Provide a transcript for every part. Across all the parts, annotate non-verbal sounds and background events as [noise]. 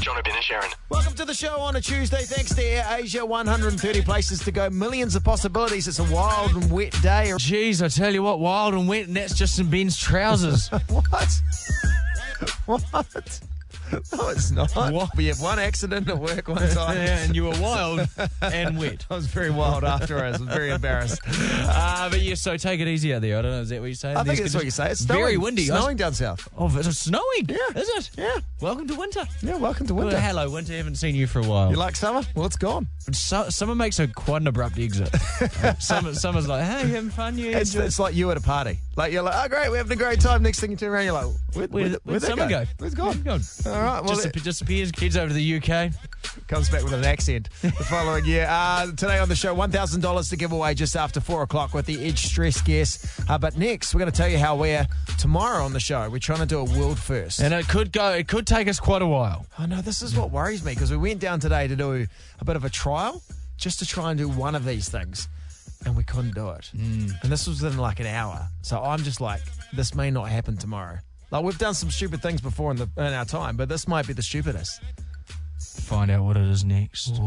John O'Bin and Sharon. Welcome to the show on a Tuesday. Thanks to Air Asia. 130 places to go, millions of possibilities. It's a wild and wet day. Jeez, I tell you what, wild and wet, and that's Justin Ben's [laughs] trousers. What? What? No, it's not. What? We have one accident at work one time. [laughs] Yeah, and you were wild and wet. [laughs] I was very wild after I was very [laughs] embarrassed. Uh, but yeah, so take it easy out there. I don't know, is that what you say? I think that's what you say. It's snowing, very windy. I was- Snowing down south. Oh, it's snowing. Yeah. Is it? Yeah. Welcome to winter. Yeah, welcome to Well, winter. hello, winter. Haven't seen you for a while. You like summer? Well, it's gone. so, summer makes a quite an [laughs] abrupt exit. summer, summer's like, hey, you having fun? You It's, enjoy-" it's like you at a party. Like you're like, oh great, we're having a great time. Next thing you turn around, you're like, where, Where, where'd where'd, that summer go? It's gone. [laughs] All All right, well, Just, it- disappears, kids over to the UK. comes back with an accent [laughs] the following year. Uh, today on the show, $1,000 to give away just after 4 o'clock with the Edge Stress Guess. Uh, but next, we're going to tell you how we're tomorrow on the show. We're trying to do a world first. And it could go, it could take us quite a while. I know this is what worries me because we went down today to do a bit of a trial just to try and do one of these things. And we couldn't do it. Mm. And this was in like an hour. So I'm just like, this may not happen tomorrow. Like we've done some stupid things before in the in our time, but this might be the stupidest. Find out what it is next.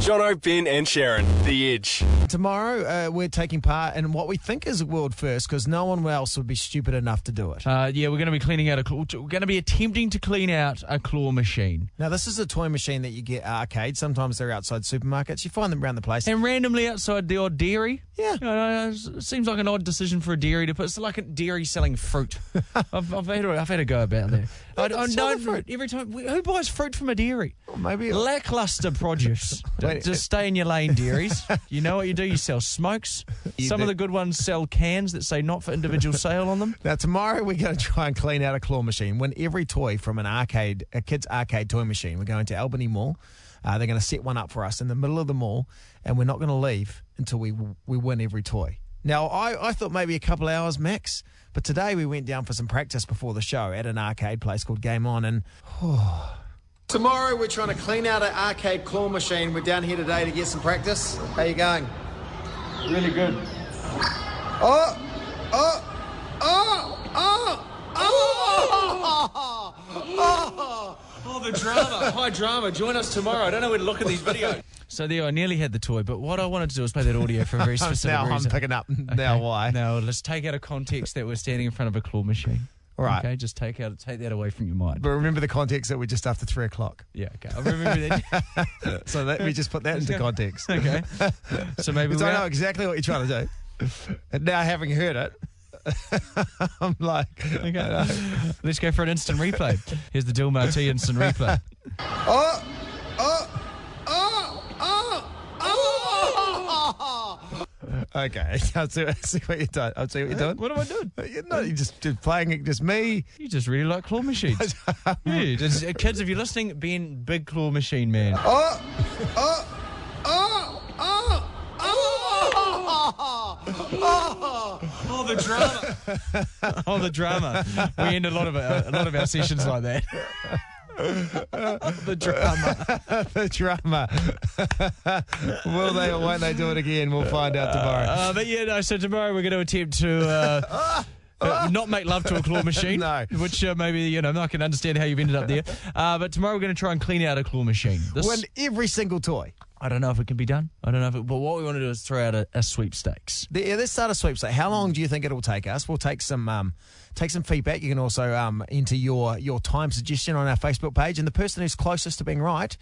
John O'Bin and Sharon. The Edge. Tomorrow, uh, we're taking part in what we think is a world first because no one else would be stupid enough to do it. Uh, yeah, we're going to be cleaning out a. Claw, we're going to be attempting to clean out a claw machine, Now, this is a toy machine that you get at arcades. Sometimes they're outside supermarkets. You find them around the place. and randomly outside the odd dairy. Yeah. You know, uh, it seems like an odd decision for a dairy to put. It's like a dairy [laughs] selling fruit. I've, I've had a, I've had a go about that. I, I sell know the fruit. every time who buys fruit from a dairy. Maybe Lackluster produce. [laughs] Wait. Just stay in your [laughs] lane, dairies. You know what you do? You sell smokes. Some of do. the good ones sell cans that say not for individual sale on them. Now, tomorrow we're going to try and clean out a claw machine. Win every toy from an arcade, a kid's arcade toy machine. We're going to Albany Mall. Uh, they're going to set one up for us in the middle of the mall, and we're not going to leave until we we win every toy. Now, I, I thought maybe a couple hours max, but today we went down for some practice before the show at an arcade place called Game On, and [sighs] tomorrow we're trying to clean out an arcade claw machine. We're down here today to get some practice. How you going? Really good. Oh, oh, oh, oh, [laughs] oh, oh, Oh, the drama. [laughs] High drama. Join us tomorrow. I don't know where to look at these videos. So there, I nearly had the toy, but what I wanted to do was play that audio for [laughs] a very specific Now I'm reason. picking [laughs] up. Now why? Now let's take out of context that we're standing in front of a claw machine. All right. Okay, just take out take that away from your mind. But remember the context that we're just after three o'clock. Yeah, okay. I remember [laughs] that. So let me just put that into context. [laughs] okay. So maybe Because we're I know out- exactly what you're trying to [laughs] do. And now having heard it, [laughs] I'm like, [laughs] okay. Let's go for an instant replay. Here's the Dill Marti instant replay. oh, oh, oh, oh, oh. Okay, [laughs] I'll see, I'll see what you're doing. I'll see what you're doing. What am I doing? [laughs] You're not you're just, just playing it, just me. [laughs] You just really like claw [laughs] machines. yeah, just, uh, kids, if you're listening, Ben, big claw machine man. Oh, uh, oh, oh, [laughs] oh, oh, oh, Oh, the drama. [laughs] oh, the drama. We end a lot of uh, a lot of our sessions like that. the drama. the drama. [laughs] Will they or won't they do it again? We'll find out tomorrow. Uh, but yeah, no. So tomorrow we're going to attempt to. Uh, uh, not make love to a claw machine, No. which uh, maybe you know I can understand how you've ended up there. Uh, but tomorrow we're going to try and clean out a claw machine. This, Win every single toy. I don't know if it can be done. I don't know if it. But what we want to do is throw out a, a sweepstakes. The- Yeah, let's start a sweepstake. How long do you think it'll take us? We'll take some um, take some feedback. You can also um, enter your your time suggestion on our Facebook page, and the person who's closest to being right,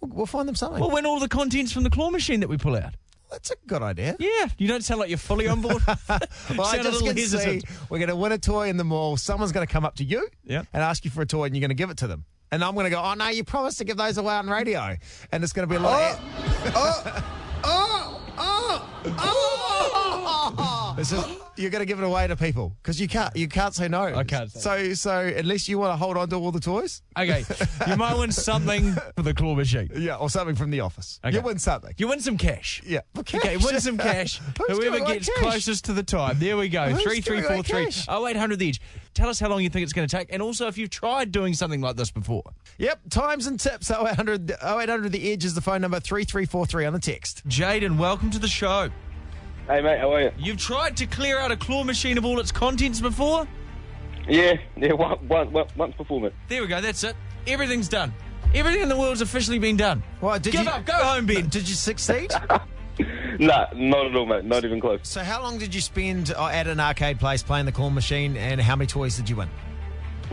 we'll, we'll find them something. We'll win all the contents from the claw machine that we pull out. That's a good idea. Yeah, you don't sound like you're fully on board. [laughs] [laughs] Well, I Sound a just little can hesitant. see we're going to win a toy in the mall. Someone's going to come up to you Yep. and ask you for a toy, and you're going to give it to them. And I'm going to go, oh no, you promised to give those away on radio, and it's going to be like, [laughs] oh, oh, oh, [laughs] oh. It's just you're going to give it away to people because you can't, you can't say no. I can't say So, so unless you want to hold on to all the toys, Okay, you might win something for the claw machine. yeah, or something from the office, Okay. you win something. You win some cash. Yeah. Okay, Okay, win some cash. [laughs] Who's Whoever giving away gets cash? closest to the time. There we go. Who's Three three giving away four three cash? oh eight hundred the edge. Tell us how long you think it's going to take, and also if you've tried doing something like this before. Yep, times and tips 0800, 0800 The Edge is the phone number 3343 on the text. Jaden, welcome to the show. Hey mate, how are you? You've tried to clear out a claw machine of all its contents before. Yeah, yeah, one, one, one, once before, mate. There we go. That's it. Everything's done. Everything in the world's officially been done. Well, did Give you, up, go home, Ben. Did you succeed? Nah, not at all, mate. Not even close. so, how long did you spend uh, at an arcade place playing the claw machine, and how many toys did you win?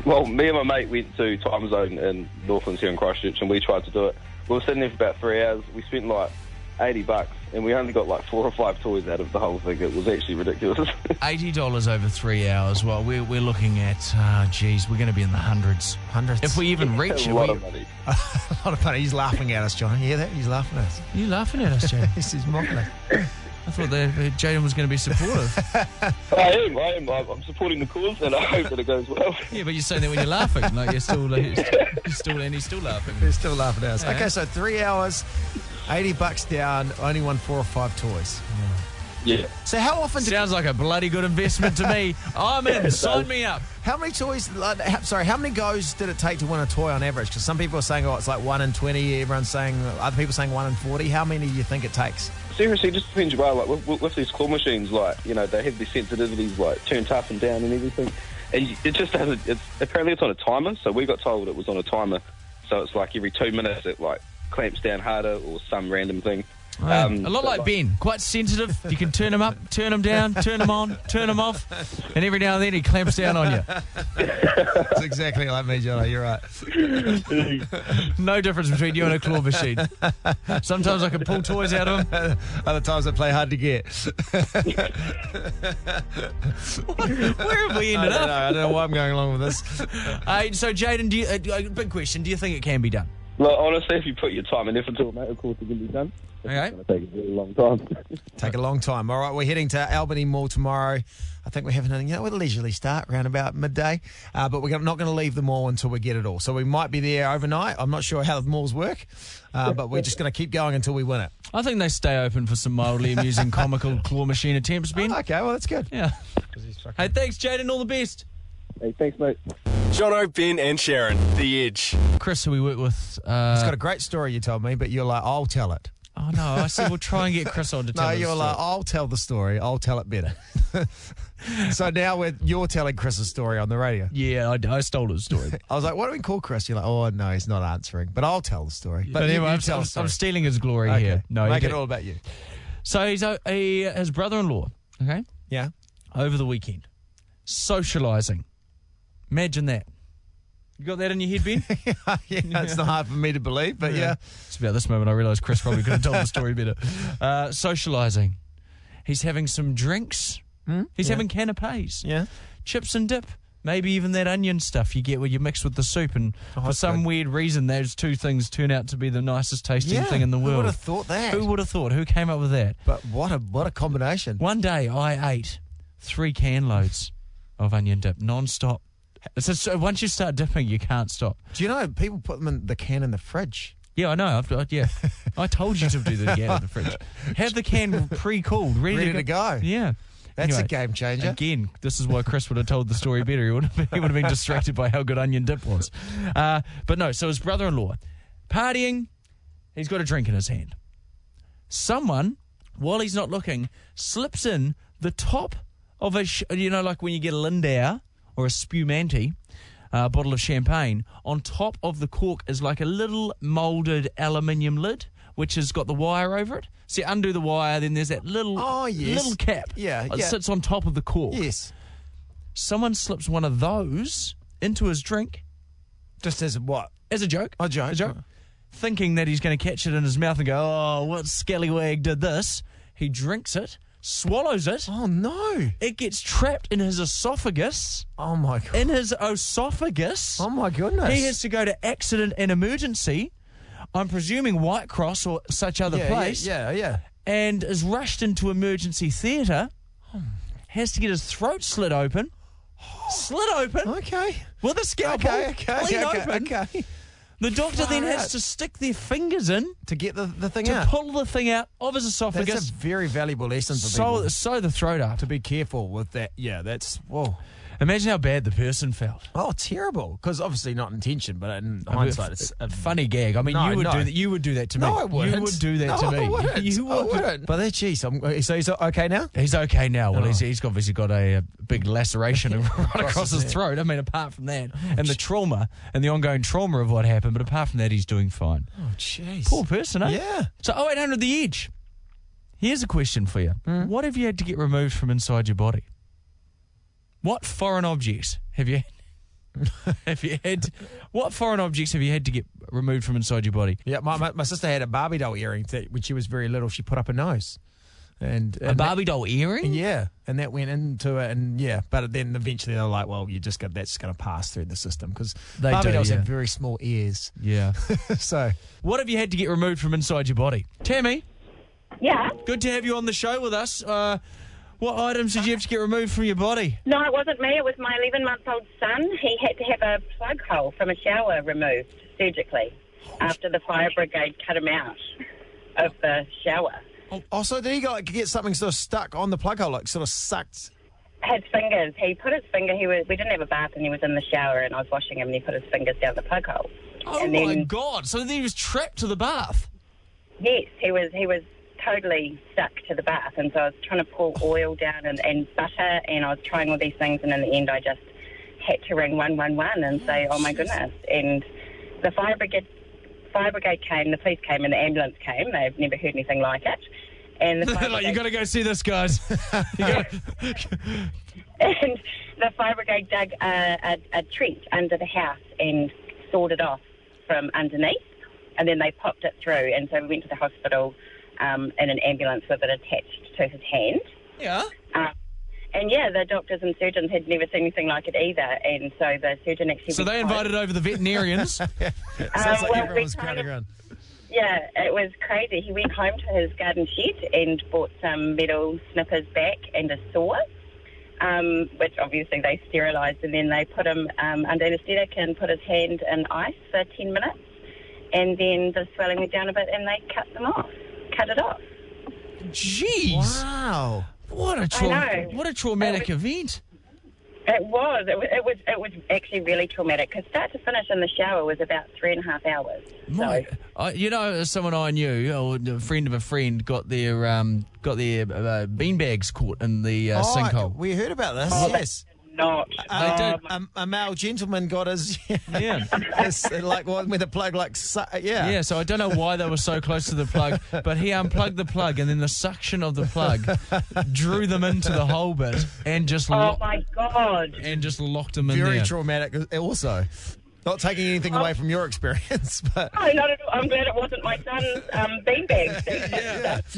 Well, me and my mate went to Time Zone in Northlands here in Christchurch, and we tried to do it. We were sitting there for about three hours. We spent like 80 bucks, and we only got like four or five toys out of the whole thing. It was actually ridiculous. [laughs] Eighty dollars over three hours. Well, we're we're looking at, uh, geez, we're going to be in the hundreds. Hundreds. If we even a reach it, lot of we, money. [laughs] a lot of money. He's laughing at us, John. You hear that? He's laughing at us. you laughing at us, Jaden? He's mocking us. I thought that uh, Jaden was going to be supportive. I am, I am. I'm I'm supporting the cause, and I hope that it goes well. [laughs] [laughs] yeah, but you're saying that when you're laughing, like you're still, like, you're still, and he's still laughing. He's still laughing at us. Yeah. Okay, so three hours, 80 bucks down, only won four or five toys. Yeah. So, how often did Sounds like a bloody good investment to me. I'm in. Sign me up. How many toys? like, how- Sorry, how many goes did it take to win a toy on average? Because some people are saying, oh, it's like one in twenty. Everyone's saying, other people saying one in forty. How many do you think it takes? Seriously, it just depends where. Like with, with, with these claw machines, like you know, they have their sensitivities like turned up and down and everything. And you- it just doesn't. It's, apparently, it's on a timer. So we got told it was on a timer. So it's like every two minutes, it like clamps down harder or some random thing. Um, a lot but, like Ben, quite sensitive. You can turn him up, turn him down, turn him on, turn him off, and every now and then he clamps down on you. It's exactly like me, Jono. You're right. No difference between you and a claw machine. Sometimes I can pull toys out of him. Other times I play hard to get. [laughs] [laughs] Where have we I don't ended know. up? I don't know why I'm going along with this. Uh, so, Jaden, do you, uh, uh, big question. Do you think it can be done? Look, honestly, if you put your time and effort into it, mate, of course it can be done. Okay. It's going to take a really long time. Take a long time. All right, we're heading to Albany Mall tomorrow. I think we're having a, you know, a leisurely start around about midday, uh, but we're gonna- not going to leave the mall until we get it all. So we might be there overnight. I'm not sure how the malls work, uh, but we're just going to keep going until we win it. I think they stay open for some mildly amusing comical claw machine attempts, Ben. Okay, well, that's good. Yeah. Hey, thanks, Jaden. All the best. hey, thanks, mate. Jono, Ben, and Sharon, The Edge. Chris, who we work with. Uh, It's got a great story you told me, but you're like, I'll tell it. oh, no. I said we'll try and get [laughs] Chris on to tell No, us you're the like, story. I'll tell the story. I'll tell it better. [laughs] so now we're, you're telling Chris's story on the radio. Yeah, I, I stole his story. I was like, why don't we call Chris? You're like, oh, no, he's not answering, but I'll tell the story. But you- anyway, you I'm, tell I'm, the story. I'm stealing his glory Okay. here. No, he make it did- all about you. So he's o- he, his brother-in-law. Okay, [laughs] Yeah. over the weekend, socialising. Imagine that. You got that in your head, Ben? [laughs] yeah, it's not hard for me to believe, but yeah. [laughs] It's about this moment I realised Chris probably could have told the story [laughs] better. Uh, socialising. He's having some drinks. He's having canapes. Yeah. Chips and dip. Maybe even that onion stuff you get where you mix with the soup, and for that's some good. weird reason, those two things turn out to be the nicest tasting thing in the Who world. would have thought that? Who would have thought? Who came up with that? but what a what a combination. One day I ate three can loads of onion dip non-stop. So, so once you start dipping, you can't stop. Do you know people put them in the can in the fridge? Yeah, I know. I've, I, [laughs] yeah, I told you to do that again in the fridge. Have the can pre-cooled, ready, Ready to go. Yeah, That's Anyway, a game changer. Again, this is why Chris would have told the story better. He would have been, he would have been distracted by how good onion dip was. Uh, but no, so his brother-in-law partying, he's got a drink in his hand. Someone, while he's not looking, slips in the top of a sh- you know like when you get a Lindauer or a Spumanti. uh, bottle of champagne. On top of the cork is like a little molded aluminium lid, which has got the wire over it. So you undo the wire, then there's that little Oh, yes. little cap. Yeah, It yeah. sits on top of the cork Yes. someone slips one of those into his drink Just as what? as a joke. A joke. Thinking that he's going to catch it in his mouth and go, oh, what scallywag did this? He drinks it, swallows it, Oh no. it gets trapped in his esophagus, Oh my god. in his esophagus. Oh my goodness. He has to go to accident and emergency. I'm presuming White Cross or such other yeah, place, Yeah, yeah, yeah. and is rushed into emergency theatre. Hmm. Has to get his throat slit open, slit open, Okay. with a scalpel. Okay, okay, clean okay, open. okay. The doctor then Far has out. to stick their fingers in To get the, the thing to out. pull the thing out of his That's esophagus, a very valuable lesson for sew, people. sew the throat up. To be careful with that. Yeah, that's whoa. Imagine how bad the person felt. Oh, terrible. Because obviously not intention, but in I mean, hindsight, it's a funny gag. I mean, No, you would no. do that. You would do that to me. No, I wouldn't. You would do that No, to me. I [laughs] wouldn't. You I would. wouldn't. Oh. But that, geez, I'm, so he's okay now? He's okay now. Well, he's, he's obviously got a, uh, [laughs] big laceration right across his throat. I mean, apart from that, and the trauma and the ongoing trauma of what happened, but apart from that, he's doing fine. Oh, jeez. Poor person, eh? Yeah. So 0800 The Edge. Here's a question for you. What have you had to get removed from inside your body? What foreign objects have you have you had? [laughs] What foreign objects have you had to get removed from inside your body? Yeah, my, my, my sister had a Barbie doll earring that when she was very little, she put up her nose. And, A and Barbie doll that- earring? yeah, and that went into it, and yeah, but then eventually they're like, "Well, you just got that's going to pass through the system because They Barbie do, dolls yeah. have very small ears." [laughs] [laughs] Yeah. so what have you had to get removed from inside your body? Tammy, Yeah. good to have you on the show with us. Uh, what items did you have to get removed from your body? No, it wasn't me. It was my 11 month old son. He had to have a plug hole from a shower removed surgically after the fire brigade cut him out of the shower. Also, did he go, like, get something sort of stuck on the plug hole, like sort of sucked? Had fingers. He put his finger. He was. We didn't have a bath, and he was in the shower, and I was washing him, and he put his fingers down the plug hole. Oh and my then god! So then he was trapped to the bath. yes, he was. He was totally stuck to the bath, and so I was trying to pour oil down and, and butter, and I was trying all these things, and in the end, I just had to ring one one one and say, "Oh my goodness!" And the fire brigade. Fire brigade came, the police came, and the ambulance came. They've never heard anything like it. [laughs] And the fire like, you brigade got to go see this, [laughs] guys. You gotta- and the fire brigade dug a, a, a trench under the house and sawed it off from underneath, and then they popped it through. And so we went to the hospital um, in an ambulance with it attached to his hand. yeah. Um, and yeah, the doctors and surgeons had never seen anything like it either. And so the surgeon actually. So went they home. invited over the veterinarians. Sounds like Uh, well, we everyone's kind crowding of- around. Yeah, it was crazy. He went home to his garden shed and bought some metal snippers back and a saw, um, which obviously they sterilised, and then they put him um, under anaesthetic and put his hand in ice for 10 minutes, and then the swelling went down a bit, and they cut them off, cut it off. Jeez, Wow. what a tra- know. what a traumatic event. It was. It was. It was, it was actually really traumatic because start to finish in the shower was about three and a half hours. My, So, I you know, someone I knew, or a friend of a friend, got their um, got their uh, beanbags caught in the uh, Oh, sinkhole. Oh, We heard about this. yes. not. oh Uh, They did. um, a male gentleman got his, [laughs] Yeah. his, uh, like one with a plug, like su- yeah. Yeah, so I don't know why they were so close to the plug, but he unplugged the plug, and then the suction of the plug drew them into the hole bit, and just Oh lo- my god. and just locked them in Very there. traumatic. Also, not taking anything Oh. away from your [laughs] experience, but No, not at all. I'm glad it wasn't my son's um, beanbag.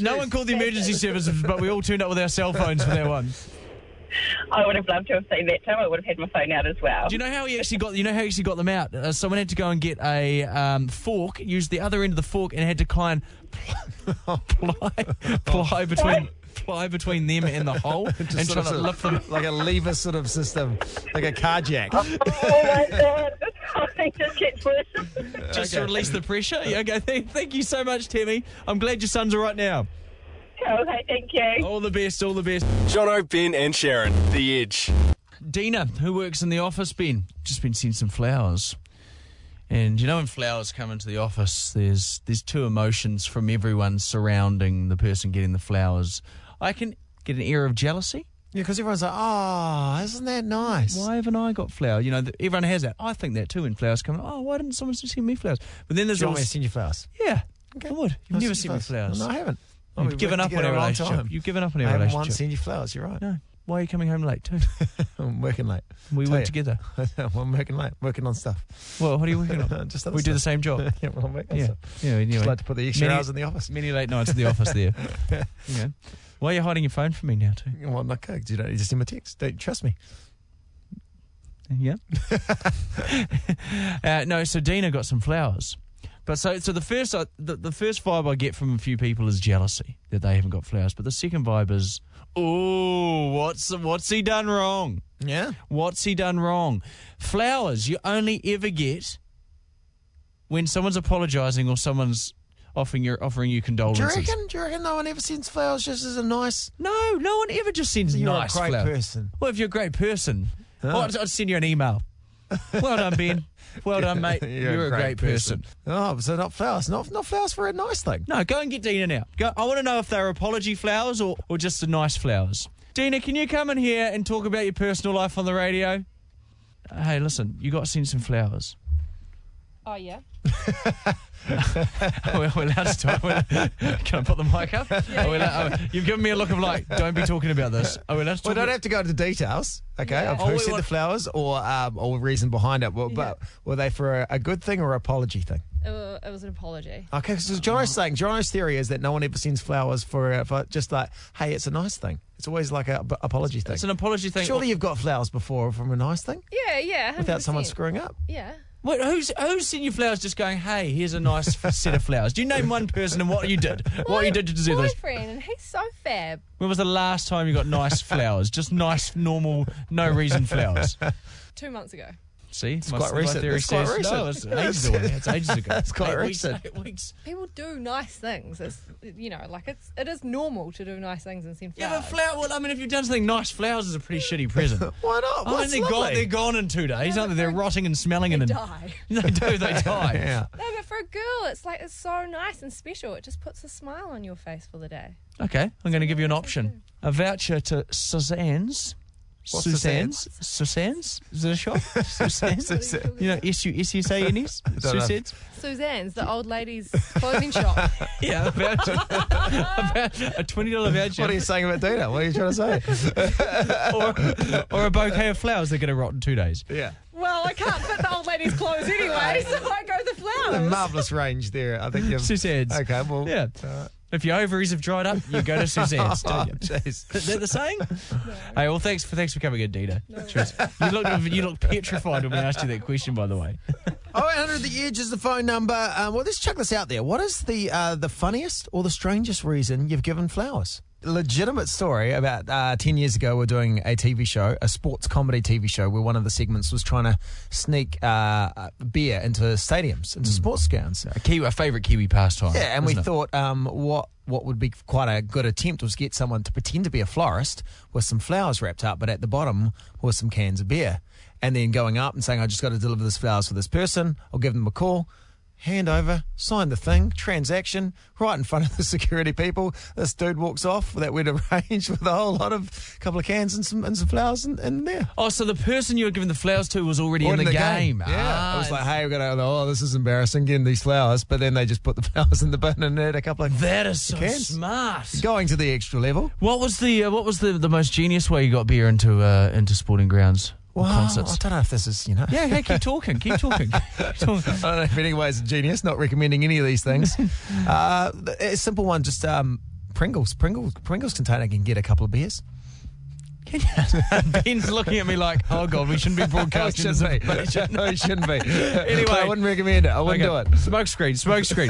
[laughs] no one called the emergency services, but we all turned up with our cell phones for that one. I would have loved to have seen that too. I would have had my phone out as well. Do you know how he actually got? You know how he actually got them out? Uh, someone had to go and get a um, fork, use the other end of the fork, and had to try [laughs] and pl- ply ply between ply between them and [laughs] the hole, and sort try to of- [laughs] lift them. like a lever sort of system, like a car jack. oh my god, this whole thing just gets worse. Just to release the pressure. Yeah, okay, th- thank you so much, Timmy. I'm glad your son's all right now. okay, Oh, thank you. All the best, all the best. Jono, Ben, and Sharon, The Edge. Dina, who works in the office, Ben, just been sent some flowers. And you know when flowers come into the office, there's there's two emotions from everyone surrounding the person getting the flowers. I can get an air of jealousy. Yeah, because everyone's like, oh, isn't that nice? Why haven't I got flowers? You know, th- everyone has that. I think that too when flowers come. Oh, why didn't someone send me flowers? But then there's Do you want me also- to send you flowers? yeah, I would. I'll You've never send sent you me flowers. No, I haven't. Oh, You've we've given worked up on together our a long relationship. time. You've given up on I our haven't relationship. once sent you flowers. You're right. no. Why are you coming [laughs] home late too? I'm working late. [laughs] We Tell work you. together. I'm working late. Working on stuff. Well, what are you working [laughs] on? Just other we do the stuff. same job. [laughs] yeah, well, I'm working on Yeah. stuff. Yeah, anyway. Just like to put the extra Many- hours in the office. Many late nights in the office there. yeah. Why are you hiding your phone from me now, too? Well, I'm like, oh, you don't you just send me a text. Don't you trust me. Yeah. uh, no, so Dina got some flowers. But so, so the first uh, the, the first vibe I get from a few people is jealousy that they haven't got flowers. But the second vibe is, oh, what's what's he done wrong? Yeah. What's he done wrong? Flowers you only ever get when someone's apologising or someone's offering your offering you Do you condolences. reckon? Do you reckon no one ever sends flowers just as a nice? No, no one ever just sends You're a nice great flowers. person. Well, if you're a great person, Well, I'd, I'd send you an email. Well done, Ben. [laughs] Well done, uh, mate. You're, a great, person. Oh, so not flowers. Not, not flowers for a nice thing. No, go and get Dina now. Go, I want to know if they're apology flowers or, or just the nice flowers. Dina, can you come in here and talk about your personal life on the radio? Hey, listen, you got to send some flowers. [laughs] Oh yeah. We're, we're allowed to talk. [laughs] We're, can I put the mic up? Are we allowed- oh, you've given me a look of like, don't be talking about this. Are we allowed to We talk don't about- have to go into details, okay, of Oh, who we sent the want- flowers or um, or reason behind it. Well, But were they for a, a good thing or apology thing? It, wa- it was an apology. Okay, Um, so Jono's saying Jono's theory is that no one ever sends flowers for, uh, for just like, hey, it's a nice thing. It's always like a b- apology thing. It's an apology thing. Surely you've got flowers before from a nice thing Yeah, yeah. 100%. without someone screwing up. Yeah. Wait, who's who's sent you flowers? Just going, hey, here's a nice set of flowers. Do you name one person and what you did? What you did to deserve My this? boyfriend, and he's so fab. When was the last time you got nice flowers? Just nice, normal, no reason flowers. Two months ago. See, it's quite recent. It's quite recent. No, it's ages away. It's ages ago. It's quite Eight weeks- recent. eight weeks. People do nice things. It's you know, like it's it is normal to do nice things and send Yeah, flowers. but flower. Well, I mean, if you've done something nice, flowers is a pretty shitty present. Why not? I [laughs] mean, What's Oh, they're gone. lovely? They're gone in two days, aren't they? They're rotting and smelling They and [laughs] die. [laughs] They do. They die. [laughs] Yeah. No, but for a girl, it's like it's so nice and special. It just puts a smile on your face for the day. Okay, I'm going to give you an option. A voucher to Suzanne's. What's Suzanne's? Suzanne's? Is it [laughs] a shop? Suzanne's? Suzanne. you know, S U S S A [laughs] N S? know. Suzanne's? Suzanne's, the old lady's clothing shop. Yeah, a voucher. [laughs] a voucher- a $20 voucher. What are you saying about Dina? What are you trying to [laughs] say? or, or a bouquet of flowers that are going to rot in two days. yeah. [laughs] Well, I can't fit the old lady's clothes anyway, so I go the A flowers. marvellous range there. I think you've. Suzanne's. Okay, well. Yeah. uh, If your ovaries have dried up, you go to Suzanne's, [laughs] oh, don't you? jeez. Is that the saying? Hey, well, thanks for thanks for coming in, Dina. Cheers. You looked you looked petrified when we asked you that question, by the way. 0800 Oh, The Edge is the phone number. Um, well, let's chuck this out there. What is the uh, the funniest or the strangest reason you've given flowers? Legitimate story about uh, 10 years ago, we are doing a TV show, a sports comedy TV show, where one of the segments was trying to sneak uh, uh, beer into stadiums, into sports grounds. Kiwi, a favourite Kiwi pastime. Yeah, and we isn't it? thought um, what what would be quite a good attempt was get someone to pretend to be a florist with some flowers wrapped up, but at the bottom was some cans of beer, and then going up and saying, "I just got to deliver this flowers for this person. I'll give them a call." Hand over, sign the thing, transaction, right in front of the [laughs] security people. This dude walks off that we'd [laughs] arranged with a whole lot of couple of cans and some and some flowers in, in there. Oh, so the person you were giving the flowers to was already Or in the, game. Yeah. Ah, I was like, hey, we're going to, oh, this is embarrassing getting these flowers. But then they just put the [laughs] flowers in the bin and had a couple of. that is so cans. smart. Going to the extra level. What was the uh, what was the, the most genius way you got beer into uh, into sporting grounds or Well, concerts? I don't know if this is, you know. yeah, hey, keep talking, keep talking. [laughs] keep talking. I don't know if anyone's a genius, not recommending any of these things. uh, a simple one, just um, Pringles. Pringles Pringles container can get a couple of beers. [laughs] Ben's looking at me like, oh god, [laughs] we shouldn't be broadcasting Oh, it this. shouldn't be. [laughs] No, it shouldn't be. anyway. I wouldn't recommend it. I wouldn't Okay. do it. Smoke screen, smoke screen.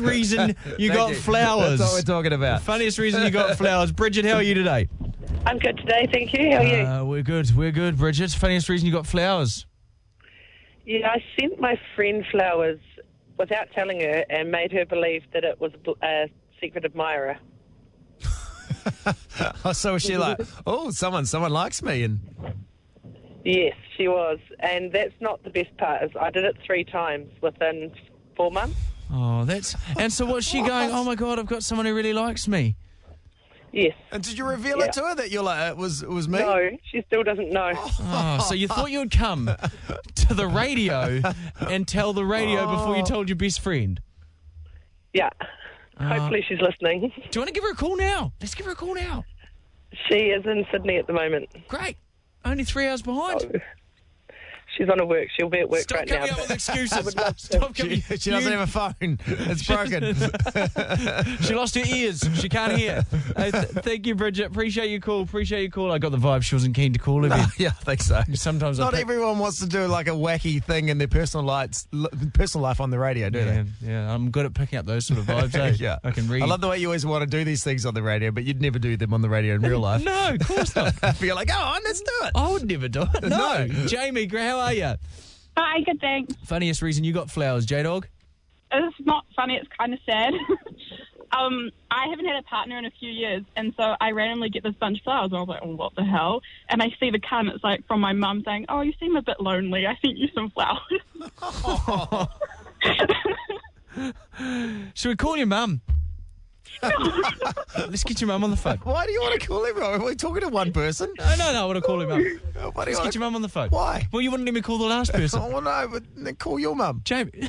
[laughs] reason you Thank got you. flowers. That's what we're talking about. Funniest reason you got flowers. Bridget, how are you today? I'm good today, thank you. How are you? Uh, we're good, we're good, Bridget. Funniest reason you got flowers. Yeah, I sent my friend flowers without telling her and made her believe that it was a secret admirer. Oh, so was she like, oh, someone, someone likes me, and Yes, she was. And that's not the best part is I did it three times within four months. [laughs] Oh, that's and so what's she going? Oh my god, I've got someone who really likes me. Yes. and did you reveal Yeah. it to her that you're like, it was, it was me? No, she still doesn't know. Oh, so you thought [laughs] you'd come to the radio and tell the radio before Oh. you told your best friend. Yeah. Uh. Hopefully she's listening. [laughs] Do you want to give her a call now? Let's give her a call now. She is in Sydney at the moment. Great. Only three hours behind. Oh, She's on a work. She'll be at work Stop right now. coming up but- [laughs] with excuses. Stop coming. She, [laughs] she doesn't you- have a phone. [laughs] It's broken. [laughs] She lost her ears. She can't hear. Hey, th- thank you, Bridget. Appreciate your call. Appreciate your call. I got the vibe she wasn't keen to call her. Ben. yeah, I think so. Sometimes I Not pick- everyone wants to do like a wacky thing in their personal lives, li- personal life on the radio, do Yeah, yeah, I'm good at picking up those sort of vibes. they? [laughs] eh? I can read. I love the way you always want to do these things on the radio, but you'd never do them on the radio in real [laughs] life. [laughs] no, Oh. of course not. But you're like, go on, let's do it. I would never do it. No. [laughs] No. Jamie, Gra- how are you? Hi, good thanks. Funniest reason you got flowers, J Dog? It's not funny, it's kind of sad. [laughs] um, I haven't had a partner in a few years, and so I randomly get this bunch of flowers, and I was like, oh, what the hell? And I see the card, and it's like from my mum saying, oh, you seem a bit lonely. I sent you some flowers. [laughs] Should we call your mum? Let's get your mum on the phone. Why do you want to call everyone? Are we talking to one [laughs] person? No, no, no. I want to call your mum. Why do you Let's want get to- your mum on the phone. Why? [laughs] Well, you wouldn't let me call the last person. Oh, no, but then call your mum. Jamie, [laughs]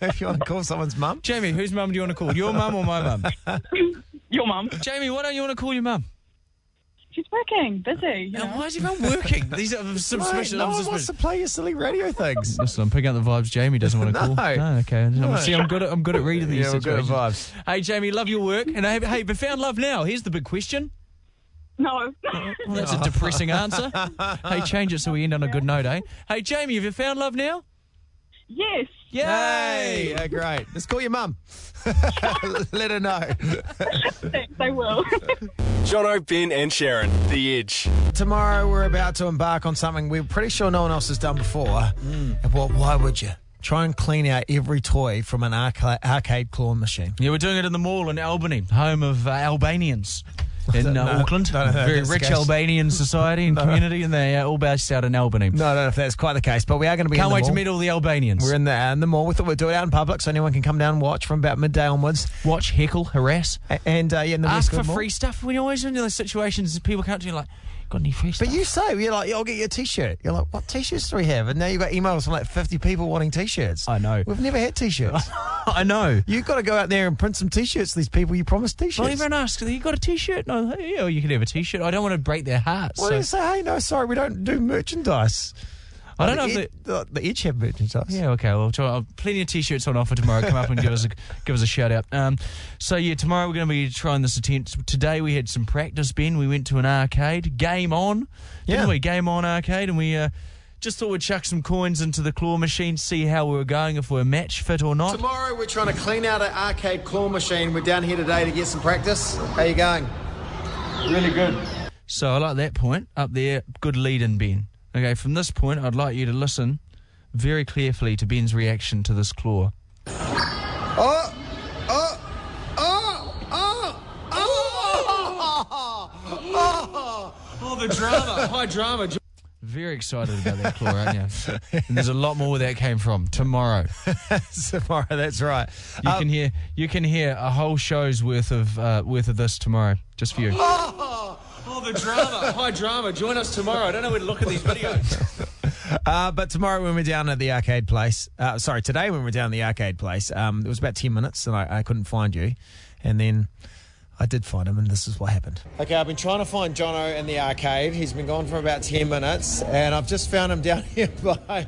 If you want to call someone's mum. Jamie, whose mum do you want to call? Your mum or my [laughs] mum? Your mum. Jamie, why don't you want to call your mum? She's working, busy. You Now, know? Why is everyone working? These are some Mate, special. no I'm one suspicious. wants to play your silly [laughs] radio things. Listen, I'm picking up the vibes. Jamie doesn't want [laughs] to No. call. No, okay. I'm, See, I'm good. At, I'm good at reading these Yeah, we're good at situations. vibes. Hey, Jamie, love your work. And hey, hey, but found love now. Here's the big question. No. [laughs] Well, that's a Oh. [laughs] depressing answer. Hey, change it so we end on a good note, eh? Hey, Jamie, have you found love now? yes. Yay! Hey, yeah, great. Let's call your [laughs] mum. [laughs] Let her know. Thanks, I will. [laughs] Jono, Ben, and Sharon, The Edge. Tomorrow we're about to embark on something we're pretty sure no one else has done before. Hmm. And Well, why would you? Try and clean out every toy from an arca- arcade claw machine. Yeah, we're doing it in the mall in Albany, home of uh, Albanians in uh, No, Auckland. no, no, Very that's the rich case. Albanian society and community, and they're all based out in Albany. No, I don't know if that's quite the case, but we are going to be. in Can't the wait to mall. meet all the Albanians. We're in the, uh, in the mall. We thought we'd do it out in public so anyone can come down and watch from about midday onwards. Watch, heckle, harass. A- And uh, yeah, in the ask for Westfield Mall. free stuff. We always in those situations people come up to you like, got any free stuff? But you [laughs] say you're like, "Yeah, I'll get you a t-shirt. You're like, what t-shirts do we have? And now you've got emails from like 50 people wanting t-shirts. I know. We've never had [laughs] t-shirts. I know. You've got to go out there and print some t-shirts. for These people you promised t-shirts. Well, everyone asks, "You got a T-shirt?" No, yeah, you can have a T-shirt. I don't want to break their hearts. Well, so- you say, hey, no, sorry, we don't do merchandise. I don't know if the, they, Ed- the, the Edge have merchandise. Yeah, okay. Well, try, I'll plenty of t-shirts on offer tomorrow. Come up and give us a [laughs] give us a shout out. Um, so yeah, tomorrow we're going to be trying this attempt. Today we had some practice. Ben, we went to an arcade. Game on, Yeah. didn't we? Game on arcade, and we uh, just thought we'd chuck some coins into the claw machine, see how we were going, if we are match fit or not. Tomorrow we're trying to clean out an arcade claw machine. We're down here today to get some practice. How you going? So I like that point up there. Good lead in Ben. Okay, from this point, I'd like you to listen very carefully to Ben's reaction to this claw. Oh, oh, oh, oh, oh, [laughs] oh, Oh, the [laughs] drama, high drama. Very excited about that claw, aren't you? And there's a lot more where that came from. Tomorrow, you Tomorrow, that's right. Um, can hear you can hear a whole show's worth of uh, worth of this tomorrow, just for you. Oh, the drama, high drama. Join us tomorrow. I don't know where to look at these videos. Uh, but tomorrow when we're down at the arcade place, uh, sorry, today when we're down at the arcade place, um, it was about 10 minutes and I, I couldn't find you. And then I did find him and this is what happened. Okay, I've been trying to find Jono in the arcade. He's been gone for about 10 minutes and I've just found him [laughs] down here by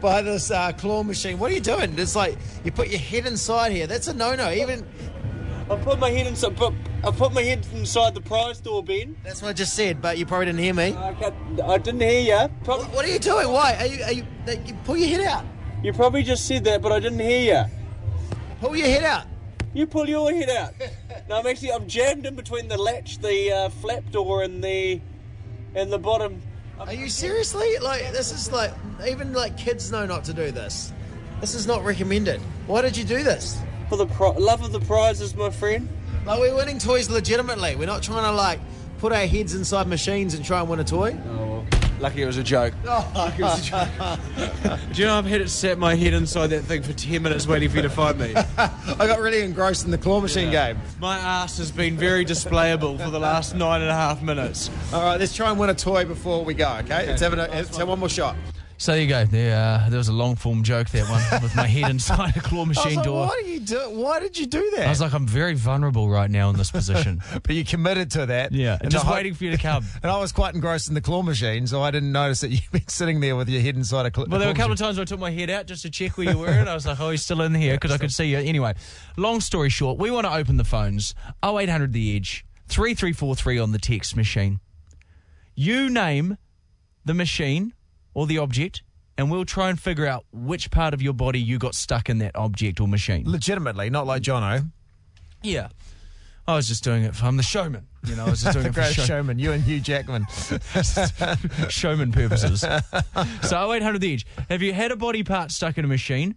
by this uh, claw machine. What are you doing? It's like you put your head inside here. That's a no-no. Even I put my head inside. Put, I put my head inside the prize door, Ben. that's what I just said, but you probably didn't hear me. I, got, I didn't hear you. Prob- What are you doing? Why? Are you, are you, you pull your head out. you probably just said that, but I didn't hear Pull your head out. you. You pull your head out. no, I'm actually I'm jammed in between the latch, the uh, flap door, and the and the bottom. Are you seriously? Like, this is like, even like kids know not to do this. This is not recommended. Why did you do this? For the pri- love of the prizes, my friend. Like, we're winning toys legitimately. We're not trying to like put our heads inside machines and try and win a toy. Lucky it was a [laughs] joke. Oh, Lucky it was a joke. [laughs] Do you know I've had it sat my head inside that thing for ten minutes waiting for you to find me. I got really engrossed in the claw machine game. My ass has been very displayable for the last nine and a half minutes. All right, let's try and win a toy before we go. Okay, let's have, a, let's have one more shot. So there you go. There, uh, there was a long form joke that one with my head inside a claw I was machine like, door. why do you do? Why did you do I was that? like, I'm very vulnerable right now in this [laughs] position. But you committed to that. Yeah, and just I- waiting for you to come. And I was quite engrossed in the claw machine, so I didn't notice that [laughs] you've been sitting there with your head inside a. Cl- Well, there were a claw couple of times where I took my head out just to check where you were, and I was like, oh, he's still in here because I could see you. Anyway, long story short, we want to open the phones 0800 The Edge, 3343 on the text machine. You name the machine or the object, and we'll try and figure out which part of your body you got stuck in that object or machine. legitimately, not like Jono. Yeah. I was just doing it for I'm the showman. You know, I was just doing the it for greatest show, showman, you and Hugh Jackman. [laughs] showman purposes. so 0800 The Edge. Have you had a body part stuck in a machine?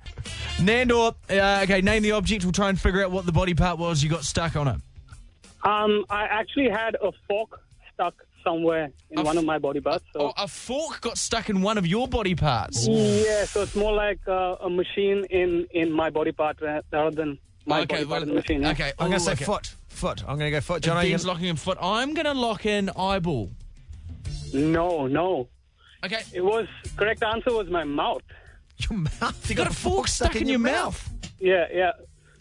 Nandor, uh, okay, name the object. We'll try and figure out what the body part was you got stuck on it. Um, I actually had a fork stuck somewhere in A one f- of my body parts. So Oh, a fork got stuck in one of your body parts. yeah, so it's more like uh, a machine in in my body part ra- rather than my okay, body part well, in the machine. yeah. okay. I'm going to ooh, say okay. foot. Foot. I'm going to go foot. John, Ben's locking in foot. I'm going to lock in eyeball. No, no. Okay. It was correct answer was my mouth. your mouth. You [laughs] got a fork stuck in your mouth. Yeah, yeah.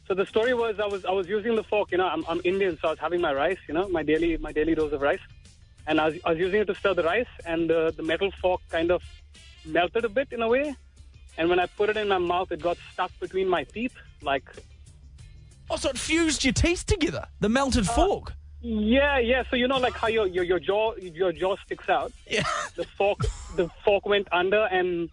So the story was I was I was using the fork. You know, I'm, I'm Indian, so I was having my rice. You know, my daily my daily dose of rice, and I was, I was using it to stir the rice, and the, the metal fork kind of melted a bit in a way, and when I put it in my mouth, it got stuck between my teeth. Like, Oh, so it fused your teeth together. The Uh, melted fork. yeah, yeah. So you know, like how your your, your jaw your jaw sticks out. Yeah. The fork the fork went under and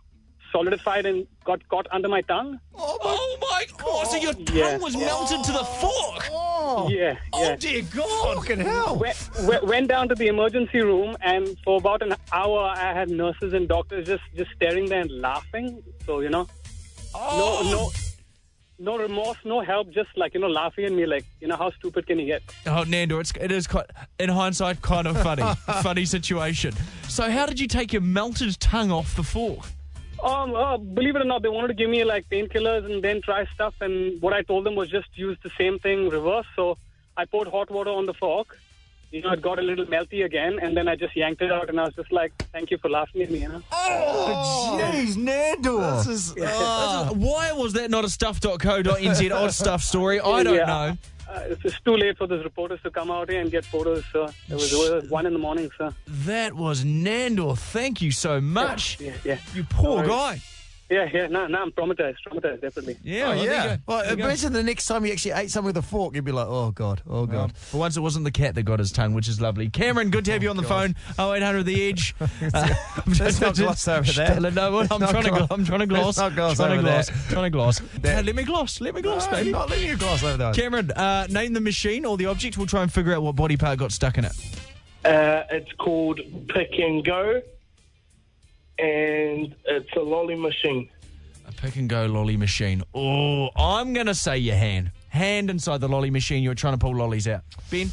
solidified and got caught under my Oh, tongue. Oh my, god! So your tongue yeah. was melted to the fork. Oh, yeah, yeah. dear god! Fucking hell. went, went- went down to the emergency room, and for about an hour, I had nurses and doctors just just staring there and laughing. So you know, Oh. no, no, no remorse, no help, just like you know, laughing at me, like you know, how stupid can you get? Oh, Nando, it's it is quite in hindsight kind of [laughs] funny, funny situation. So how did you take your melted tongue off the fork? Um, uh, believe it or not, they wanted to give me like painkillers and then try stuff, and what I told them was just use the same thing reverse. So I poured hot water on the fork. You know, it got a little melty again, and then I just yanked it out, and I was just like, "Thank you for laughing at me," you know. Oh, Jeez, Nando. This is. This is- uh, Why was that not a [laughs] stuff.co.nz odd stuff story? I don't Yeah. know. Uh, it's it's too late for those reporters to come out here and get photos, sir. It was, it was one in the morning, sir. That was Nandor. Thank you so much. Yeah, yeah. You poor No guy. Yeah, yeah. Now, now I'm traumatized, traumatized, definitely. Yeah, well, Oh, there you Oh, Yeah. go. Well, There you go. imagine the next time you actually ate something with a fork, you'd be like, oh, God. Oh, God. For once, it wasn't the cat that got his tongue, which is lovely. Cameron, good to have you on the phone. 0800 The Edge. Uh, [laughs] I'm Oh, [laughs] Let's not gloss over that. No, well, I'm, Let's trying to, not gl- I'm trying to gloss. Let's not gloss trying to over gloss. that. Trying to [laughs] gloss. That- Hey, let me gloss. Let me gloss, No, baby. not letting you gloss over that. Cameron, uh, name the machine or the object. We'll try and figure out what body part got stuck in it. Uh, it's called Pick and Go, and it's a lolly machine. A pick and go lolly machine. Oh, I'm going to say your hand. Hand inside the lolly machine. You're trying to pull lollies out. Ben?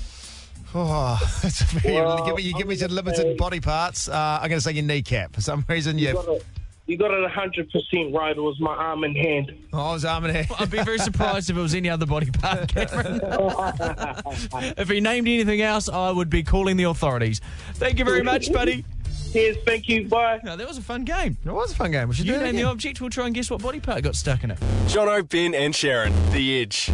Oh, [laughs] it's a very, you give me, you I'm give me some gonna limited say- body parts. Uh, I'm going to say your kneecap. For some reason, You you've. got it. You got it hundred percent right. It was my arm and hand. Oh, I was arm and hand. I'd be very surprised if it was any other body part, Cameron. if he named anything else, I would be calling the authorities. Thank you very much, buddy. Yes, thank you. Bye. No, that was a fun game. It was a fun game. We should You do it name the again. object, we'll try and guess what body part got stuck in it. Jono, Ben, and Sharon, The Edge.